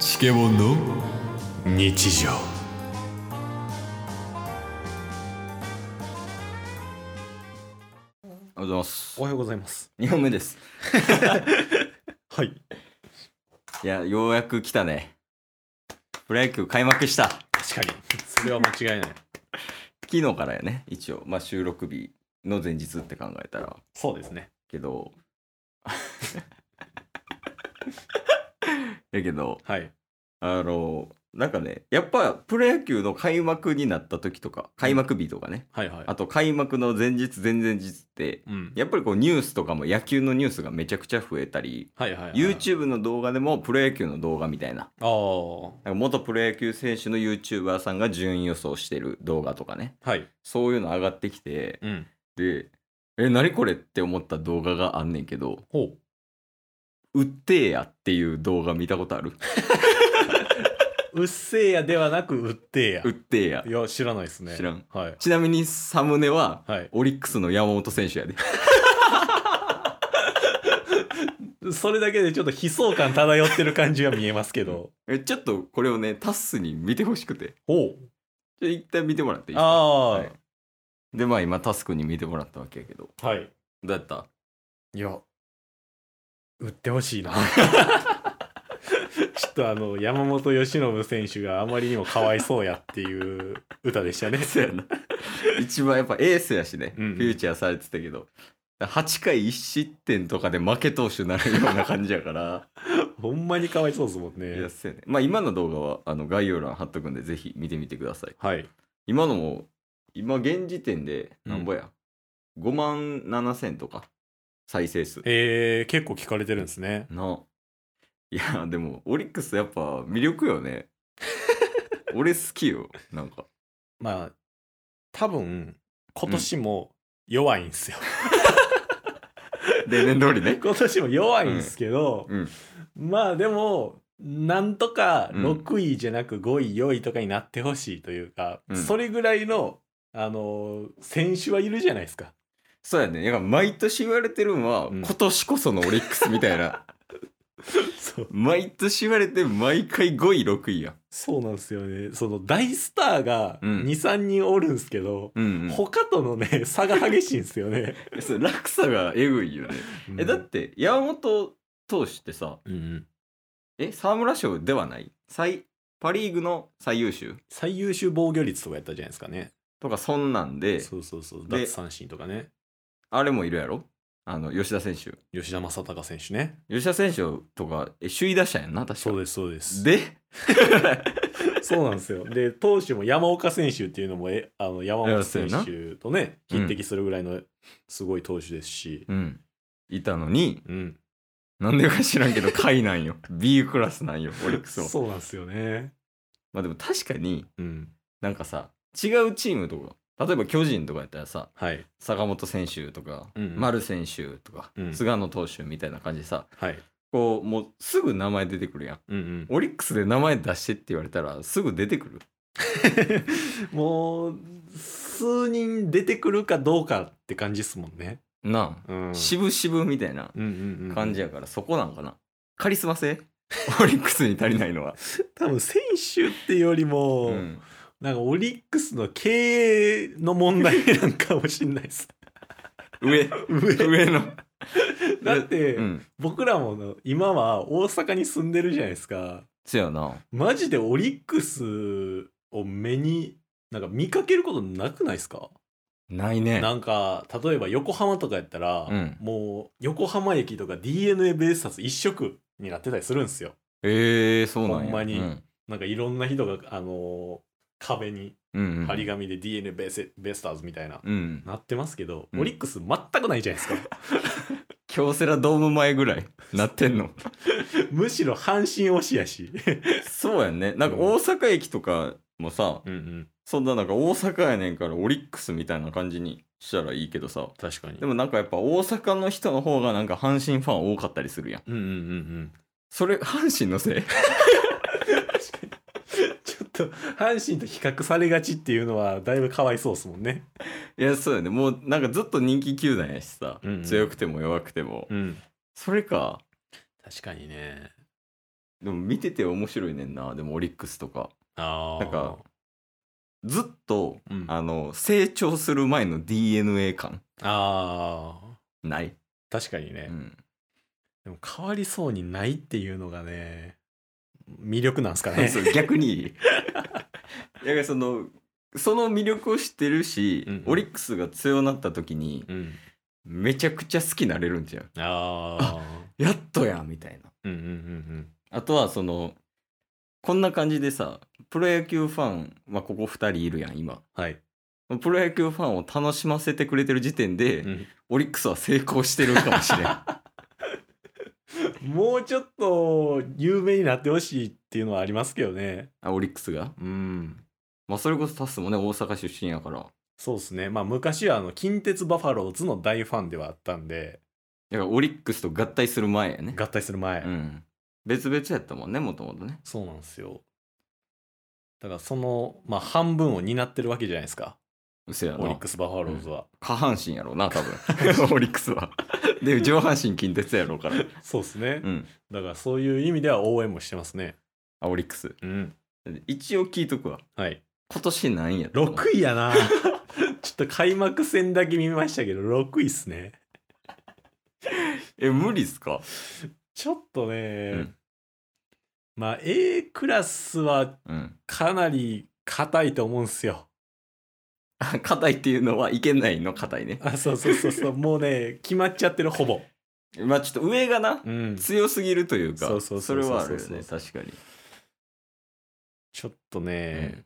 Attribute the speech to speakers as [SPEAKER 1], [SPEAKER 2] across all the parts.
[SPEAKER 1] チケボンの日常
[SPEAKER 2] おはようございます
[SPEAKER 3] お。はようございます。
[SPEAKER 2] 2本目です。
[SPEAKER 3] はい。
[SPEAKER 2] いや、ようやく来たね。プロ野球開幕した。
[SPEAKER 3] 確かに。それは間違いない。
[SPEAKER 2] 昨日からやね、一応。まあ収録日の前日って考えたら。
[SPEAKER 3] そうですね。
[SPEAKER 2] けど。 やけど、
[SPEAKER 3] はい。
[SPEAKER 2] あの、なんかね、やっぱプロ野球の開幕になった時とか、開幕日とかね、
[SPEAKER 3] はいはい。
[SPEAKER 2] あと開幕の前日、前々日って、
[SPEAKER 3] うん。
[SPEAKER 2] やっぱりこうニュースとかも野球のニュースがめちゃくちゃ増えたり、
[SPEAKER 3] はいはいはい。
[SPEAKER 2] YouTube の動画でもプロ野球の動画みたいな
[SPEAKER 3] ああ。は
[SPEAKER 2] なんか元プロ野球選手の YouTuber さんが順位予想してる動画とかね
[SPEAKER 3] い。
[SPEAKER 2] そういうの上がってきて
[SPEAKER 3] うん。
[SPEAKER 2] でえ何これって思った動画があんねんけど
[SPEAKER 3] ほう。
[SPEAKER 2] 「売ってえや」っていう動画見たこと ある
[SPEAKER 3] うっせえやではなく、うってえや。
[SPEAKER 2] 売ってえや
[SPEAKER 3] いや、知らないですね。
[SPEAKER 2] 知らん。
[SPEAKER 3] はい。
[SPEAKER 2] ちなみにサムネは
[SPEAKER 3] はい。
[SPEAKER 2] オリックスの山本選手やで
[SPEAKER 3] それだけでちょっと悲壮感漂ってる感じが見えますけど。
[SPEAKER 2] えちょっとこれをねタッスに見てほしくて
[SPEAKER 3] ほ。
[SPEAKER 2] ちょ一旦見てもらっていういですか
[SPEAKER 3] あ
[SPEAKER 2] はいでまあ今タスクに見てもらったわけやけど
[SPEAKER 3] あ。はい。
[SPEAKER 2] どうやった
[SPEAKER 3] いや。売ってほしい な。ちょっとあの山本由伸選手があまりにもかわいそうやっていう歌でした ね。
[SPEAKER 2] そうやな一番やっぱエースやしね、
[SPEAKER 3] うんうん
[SPEAKER 2] フューチャーされてたけど8回1失点とかで負け投手になるような感じやから
[SPEAKER 3] ほんまにかわいそうですもん
[SPEAKER 2] いや
[SPEAKER 3] ね。
[SPEAKER 2] そうやねまあ今の動画はあの概要欄貼っとくんでぜひ見てみてください
[SPEAKER 3] はい。
[SPEAKER 2] 今のも今現時点でなんぼや、5万7千とか再生数
[SPEAKER 3] えー、結構聞かれてるんですね。
[SPEAKER 2] ないやでもオリックスやっぱ魅力よ ね俺好きよなんか
[SPEAKER 3] まあ、多分、今年も弱いんですよ。
[SPEAKER 2] 例年通りね
[SPEAKER 3] 今年も弱いんですけど、
[SPEAKER 2] うん
[SPEAKER 3] まあでも、なんとか
[SPEAKER 2] うん
[SPEAKER 3] 6位じゃなく5位、4位とかになってほしいというか、
[SPEAKER 2] うん
[SPEAKER 3] それぐらいの、あのー選手はいるじゃないですか。
[SPEAKER 2] そうやね。だから毎年言われてるのは、
[SPEAKER 3] うん
[SPEAKER 2] 今年こそのオリックスみた いな。
[SPEAKER 3] そう
[SPEAKER 2] 毎年言われて、毎回5位、6位や。
[SPEAKER 3] そうなんですよね。その大スターが
[SPEAKER 2] うん
[SPEAKER 3] 2、3人おるんですけど、
[SPEAKER 2] うん、うん
[SPEAKER 3] 他とのね、差が激しいんですよ ね。
[SPEAKER 2] そう。落差がえぐいよね。え、だって、山本投手ってさ、
[SPEAKER 3] うんうん
[SPEAKER 2] え、沢村賞ではない最、パリーグの最優秀
[SPEAKER 3] 最優秀防御率とかやったじゃないですかね。
[SPEAKER 2] とか、そんなんで、
[SPEAKER 3] そうそうそう。
[SPEAKER 2] で
[SPEAKER 3] 奪三振とかね。
[SPEAKER 2] あれもいるやろあの、吉田選手。
[SPEAKER 3] 吉田正尚選手ね。
[SPEAKER 2] 吉田選手とか、え、首位打者やんな、確か
[SPEAKER 3] そうです、そうです。
[SPEAKER 2] で
[SPEAKER 3] そうなんですよ。で、投手も山岡選手っていうのも、えあの山本選手とね、
[SPEAKER 2] そうやな
[SPEAKER 3] 匹敵するぐらいのすごい投手ですし、
[SPEAKER 2] うん。いたのに、
[SPEAKER 3] うん。
[SPEAKER 2] なんでか知らんけ ど、下位なんよ。B クラスなんよ、オリックス
[SPEAKER 3] そ
[SPEAKER 2] も
[SPEAKER 3] う。なんですよね。
[SPEAKER 2] まあでも確かに
[SPEAKER 3] うん。
[SPEAKER 2] なんかさ違うチームとか例えば巨人とかやったらさ
[SPEAKER 3] はい。
[SPEAKER 2] 坂本選手とか、
[SPEAKER 3] うんうん
[SPEAKER 2] 丸選手とか、
[SPEAKER 3] うん
[SPEAKER 2] 菅野投手みたいな感じでさ
[SPEAKER 3] はい。
[SPEAKER 2] こうもうすぐ名前出てくるやん
[SPEAKER 3] うん
[SPEAKER 2] オリックスで名前出してって言われたらすぐ出てくる
[SPEAKER 3] うん、 もう、数人出てくるかどうかって感じですもんね。
[SPEAKER 2] な
[SPEAKER 3] うん。
[SPEAKER 2] あ渋々みたいな
[SPEAKER 3] うんうんうん、
[SPEAKER 2] 感じやから、そこなんかなカリスマ性 オリックスに足りないのは、
[SPEAKER 3] 多分選手っていうよりも、
[SPEAKER 2] うん
[SPEAKER 3] なんかオリックスの経営の問題なんかもしんないです。
[SPEAKER 2] 上上の
[SPEAKER 3] だって、
[SPEAKER 2] うん
[SPEAKER 3] 僕らもの今は大阪に住んでるじゃないですか。
[SPEAKER 2] そやな
[SPEAKER 3] マジでオリックスを目になんか見かけることなくないですか、
[SPEAKER 2] ないね
[SPEAKER 3] なんか例えば横浜とかやったら、
[SPEAKER 2] うん
[SPEAKER 3] もう横浜駅とか d n a ベースターズ一色になってたりするんですよ。
[SPEAKER 2] えー、そうなんや
[SPEAKER 3] ほんまに
[SPEAKER 2] うん
[SPEAKER 3] なんかいろんな人が、あのー壁に
[SPEAKER 2] うんうん、
[SPEAKER 3] 張り紙で d n a ベースベースターズみたいな、
[SPEAKER 2] うん
[SPEAKER 3] なってますけど、
[SPEAKER 2] うん
[SPEAKER 3] オリックス全くないじゃないですか。
[SPEAKER 2] 京セラドーム前ぐらいなってんの
[SPEAKER 3] むしろ阪神推しやし。
[SPEAKER 2] そうやんねなんか大阪駅とかもさ、
[SPEAKER 3] うんうん。
[SPEAKER 2] そんななんか大阪やねんからオリックスみたいな感じにしたらいいけどさ
[SPEAKER 3] 確かに
[SPEAKER 2] でもなんかやっぱ大阪の人の方がなんか阪神ファン多かったりするやん
[SPEAKER 3] うんうんうん
[SPEAKER 2] それ阪神のせい
[SPEAKER 3] うん。ちょっと、阪神と比較されがちっていうのは、だいぶかわいそうですもんね。
[SPEAKER 2] いやそうやねもうなんかずっと人気球団やしさ、
[SPEAKER 3] うんうん
[SPEAKER 2] 強くても弱くても、
[SPEAKER 3] うん。
[SPEAKER 2] それか
[SPEAKER 3] 確かにね。
[SPEAKER 2] でも見てて面白いねんなでもオリックスとか
[SPEAKER 3] あ
[SPEAKER 2] なんかずっと、
[SPEAKER 3] うん
[SPEAKER 2] あの成長する前の DNA 感
[SPEAKER 3] あー
[SPEAKER 2] ない、
[SPEAKER 3] 確かにね、
[SPEAKER 2] うん、
[SPEAKER 3] でも変わりそうにないっていうのがね魅力なんですかね
[SPEAKER 2] そう逆 にだからそのその魅力を知ってるし、
[SPEAKER 3] うんうん
[SPEAKER 2] オリックスが強なった時に
[SPEAKER 3] うん
[SPEAKER 2] めちゃくちゃ好きになれるんじゃん
[SPEAKER 3] ああ
[SPEAKER 2] やっとやみたいな
[SPEAKER 3] うんうんうん
[SPEAKER 2] あとはそのこんな感じでさプロ野球ファン、まあ、ここ2人いるやん今
[SPEAKER 3] うんはい、
[SPEAKER 2] プロ野球ファンを楽しませてくれてる時点で、
[SPEAKER 3] うん
[SPEAKER 2] オリックスは成功してるか もしれん
[SPEAKER 3] もうちょっと有名になってほしいっていうのはありますけどね
[SPEAKER 2] あオリックスが、
[SPEAKER 3] うん
[SPEAKER 2] まあ、それこそタスもね大阪出身やからだか
[SPEAKER 3] そうですねまあ昔はあの近鉄バファローズの大ファンではあったんで
[SPEAKER 2] らオリックスと合体する前やね
[SPEAKER 3] 合体する前、
[SPEAKER 2] うん別々やったもんねもともとね
[SPEAKER 3] そうなんですよだからそのまあ半分を担ってるわけじゃないですか
[SPEAKER 2] 嘘や
[SPEAKER 3] オリッ
[SPEAKER 2] な
[SPEAKER 3] クス・バファローズは、
[SPEAKER 2] 下半身やろうな 多分オリックスはで上半身近鉄やろうから
[SPEAKER 3] そうですね、
[SPEAKER 2] うん
[SPEAKER 3] だからそういう意味では応援もしてますね
[SPEAKER 2] あオリックス
[SPEAKER 3] うん
[SPEAKER 2] 一応聞いとくわ
[SPEAKER 3] はい
[SPEAKER 2] 今年何位やったの
[SPEAKER 3] 6位やな ちょっと開幕戦だけ見ましたけど6位っすね
[SPEAKER 2] え無理っすか
[SPEAKER 3] ちょっとね、
[SPEAKER 2] うん
[SPEAKER 3] まあ A クラスは
[SPEAKER 2] うん
[SPEAKER 3] かなり硬いと思うんすよ
[SPEAKER 2] あ硬いっていうのはいけないの硬いね
[SPEAKER 3] あそうそうそうそう もうね決まっちゃってるほぼ
[SPEAKER 2] まあちょっと上がな
[SPEAKER 3] うん
[SPEAKER 2] 強すぎるというか
[SPEAKER 3] そうそう
[SPEAKER 2] そ
[SPEAKER 3] そう
[SPEAKER 2] れ
[SPEAKER 3] そう
[SPEAKER 2] は
[SPEAKER 3] そ
[SPEAKER 2] あ
[SPEAKER 3] う
[SPEAKER 2] るよね確かに
[SPEAKER 3] ちょっとね、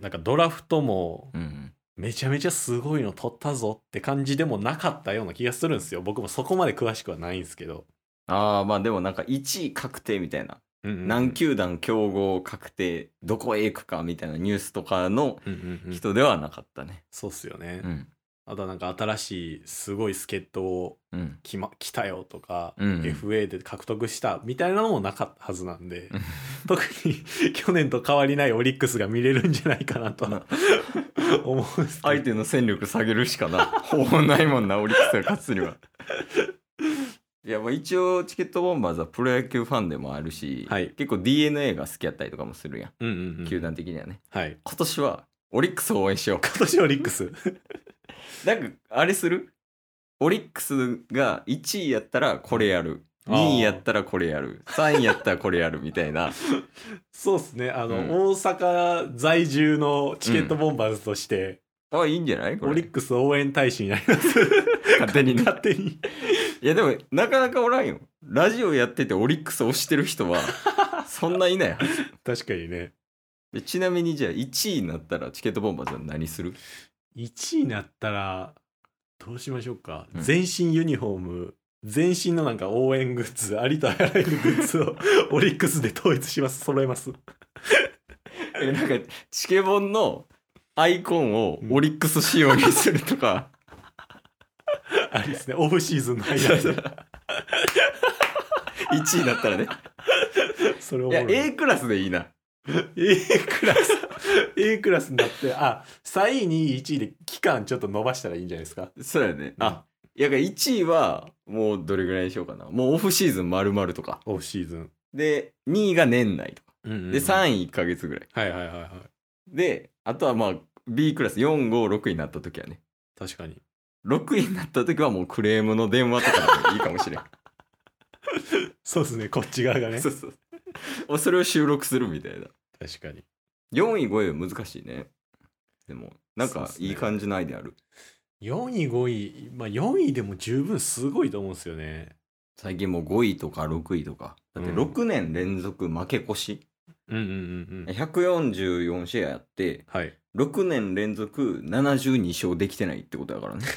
[SPEAKER 3] なんかドラフトも
[SPEAKER 2] うん
[SPEAKER 3] めちゃめちゃすごいの取ったぞって感じでもなかったような気がするんですよ僕もそこまで詳しくはないんですけど、
[SPEAKER 2] ああまあでもなんか1位確定みたいな、
[SPEAKER 3] うんうんうん
[SPEAKER 2] 何球団競合確定どこへ行くかみたいなニュースとかの
[SPEAKER 3] うんうんうん
[SPEAKER 2] 人ではなかったね
[SPEAKER 3] そうっすよね、
[SPEAKER 2] うん
[SPEAKER 3] あとはなんか新しいすごい助っ人を
[SPEAKER 2] うん
[SPEAKER 3] 来,、ま、来たよとか、
[SPEAKER 2] うん
[SPEAKER 3] FA で獲得したみたいなのもなかったはずなんで 特に 去年と変わりないオリックスが見れるんじゃないかなとは思うんですけ
[SPEAKER 2] 相
[SPEAKER 3] ど
[SPEAKER 2] 手の戦力下げる しかな方法ないもんなオリックスが勝つにはいやまあ一応チケットボンバーズはプロ野球ファンでもあるし、
[SPEAKER 3] はい
[SPEAKER 2] 結構 DNA が好きやったりとかもするやん、
[SPEAKER 3] うんうんうん
[SPEAKER 2] 球団的にはね
[SPEAKER 3] はい
[SPEAKER 2] 今年はオリックスを応援しよう
[SPEAKER 3] 今年オリック ス
[SPEAKER 2] なんかあれするオリックスが1位やったらこれやる
[SPEAKER 3] あー
[SPEAKER 2] 2位やったらこれやる3位やったらこれやるみた いな
[SPEAKER 3] そうですねあの、
[SPEAKER 2] うん
[SPEAKER 3] 大阪在住のチケットボンバーズとして、
[SPEAKER 2] あいいんじゃないこ
[SPEAKER 3] オリ
[SPEAKER 2] れ
[SPEAKER 3] ックス応援大使になります
[SPEAKER 2] 勝手にね
[SPEAKER 3] 勝手に
[SPEAKER 2] いやでもなかなかおらんよラジオやっててオリックス推してる 人はそんないないはず
[SPEAKER 3] 確かにね
[SPEAKER 2] でちなみにじゃあ1位になったらチケットボンバーズは何する
[SPEAKER 3] 1位になったらどうしましょうか、
[SPEAKER 2] うん
[SPEAKER 3] 全身ユニフォーム全身のなんか応援グッズありとあらゆるグッズ をオリックスで統一します揃えます
[SPEAKER 2] えなんかチケボンのアイコンをオリックス仕様にすると か、
[SPEAKER 3] あれですねオフシーズンの間 に
[SPEAKER 2] 1位にな ったらね
[SPEAKER 3] それを
[SPEAKER 2] いや A クラスでいいな
[SPEAKER 3] A クラス A クラスになってあ3位2位1位で期間ちょっと伸ばしたらいいんじゃないですか
[SPEAKER 2] そうやね、
[SPEAKER 3] うん
[SPEAKER 2] あいや1位はもうどれぐらいにしようかなもうオフシーズンまるまるとか
[SPEAKER 3] オフシーズン、
[SPEAKER 2] で2位が年内とかで
[SPEAKER 3] で位
[SPEAKER 2] 3位1ヶ月ぐらい
[SPEAKER 3] はいはいはいはい
[SPEAKER 2] であとはまあ B クラス456位になった時はね
[SPEAKER 3] 確かに
[SPEAKER 2] 6位になった時はもうクレームの電話とかでもいいかもしれん
[SPEAKER 3] そうですねこっち側がね
[SPEAKER 2] そうそうもうそれを収録するみたいな
[SPEAKER 3] 確かに
[SPEAKER 2] 4位5位は難しいねでもなんかいい感じのアイデアある、
[SPEAKER 3] 4位5位まあ4位でも十分すごいと思うんですよね
[SPEAKER 2] 最近もう5位とか6位とかだって
[SPEAKER 3] うん
[SPEAKER 2] 6年連続負け越し、
[SPEAKER 3] うんうんうんうん
[SPEAKER 2] 144試合やって
[SPEAKER 3] はい
[SPEAKER 2] 6年連続72勝できてないってことだか らね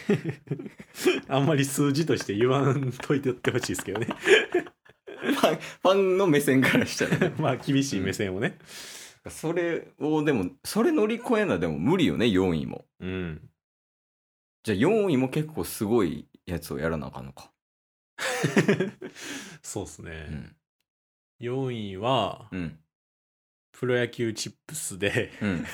[SPEAKER 3] あんまり数字として言わんといてってほしいですけどね
[SPEAKER 2] ファンファンの目線からしたら、ね、
[SPEAKER 3] まあ厳しい目線をね
[SPEAKER 2] それをでもそれ乗り越えなでも無理よね4位も
[SPEAKER 3] うん
[SPEAKER 2] じゃあ4位も結構すごいやつをやらなあかんのか、
[SPEAKER 3] そうです
[SPEAKER 2] う
[SPEAKER 3] ね、
[SPEAKER 2] ん
[SPEAKER 3] 4位は
[SPEAKER 2] うん
[SPEAKER 3] プロ野球チップスで
[SPEAKER 2] うん、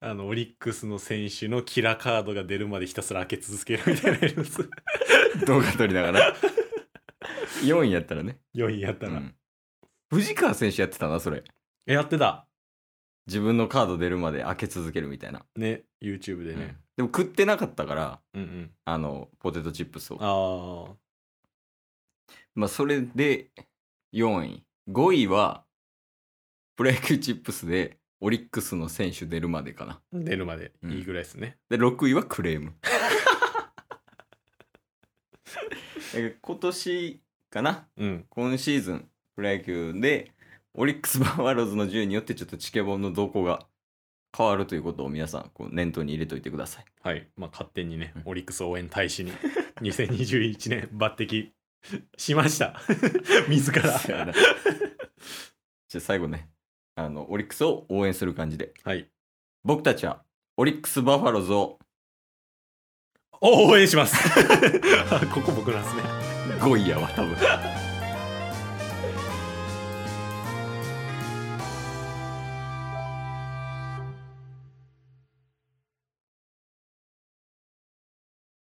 [SPEAKER 3] あのオリックスの選手のキラーカードが 出るまでひたすら開け続けるみたいなやつ
[SPEAKER 2] 動画撮りながら4位やったらね、
[SPEAKER 3] 4位やったら、
[SPEAKER 2] うん藤川選手やってたなそれ
[SPEAKER 3] えやってた
[SPEAKER 2] 自分のカード出るまで開け続けるみたいな、
[SPEAKER 3] ね YouTube で
[SPEAKER 2] うん
[SPEAKER 3] ね、
[SPEAKER 2] でも食ってなかったから
[SPEAKER 3] うん、うん
[SPEAKER 2] あのポテトチップスを
[SPEAKER 3] ああ
[SPEAKER 2] まあそれで4位5位はプロ野球チップスでオリックスの選手出るまでかな
[SPEAKER 3] 出るまで
[SPEAKER 2] うん
[SPEAKER 3] いいぐらいですね、
[SPEAKER 2] で6位はクレ ームえ今年かな
[SPEAKER 3] うん
[SPEAKER 2] 今シーズンプロ野球でオリックス・バファローズの順位によってちょっとチケボンの動向が変わるということを皆さんこう念頭に入れといてく ださい。
[SPEAKER 3] はいまあ勝手にね
[SPEAKER 2] うん
[SPEAKER 3] オリックス応援大使に 2021年抜擢しました 自ら
[SPEAKER 2] じゃあ最後ねあのオリックスを応援する感じで
[SPEAKER 3] はい
[SPEAKER 2] 僕たちはオリックス・バファローズを
[SPEAKER 3] お応援します あここ僕なんですね
[SPEAKER 2] 5位やわ多分。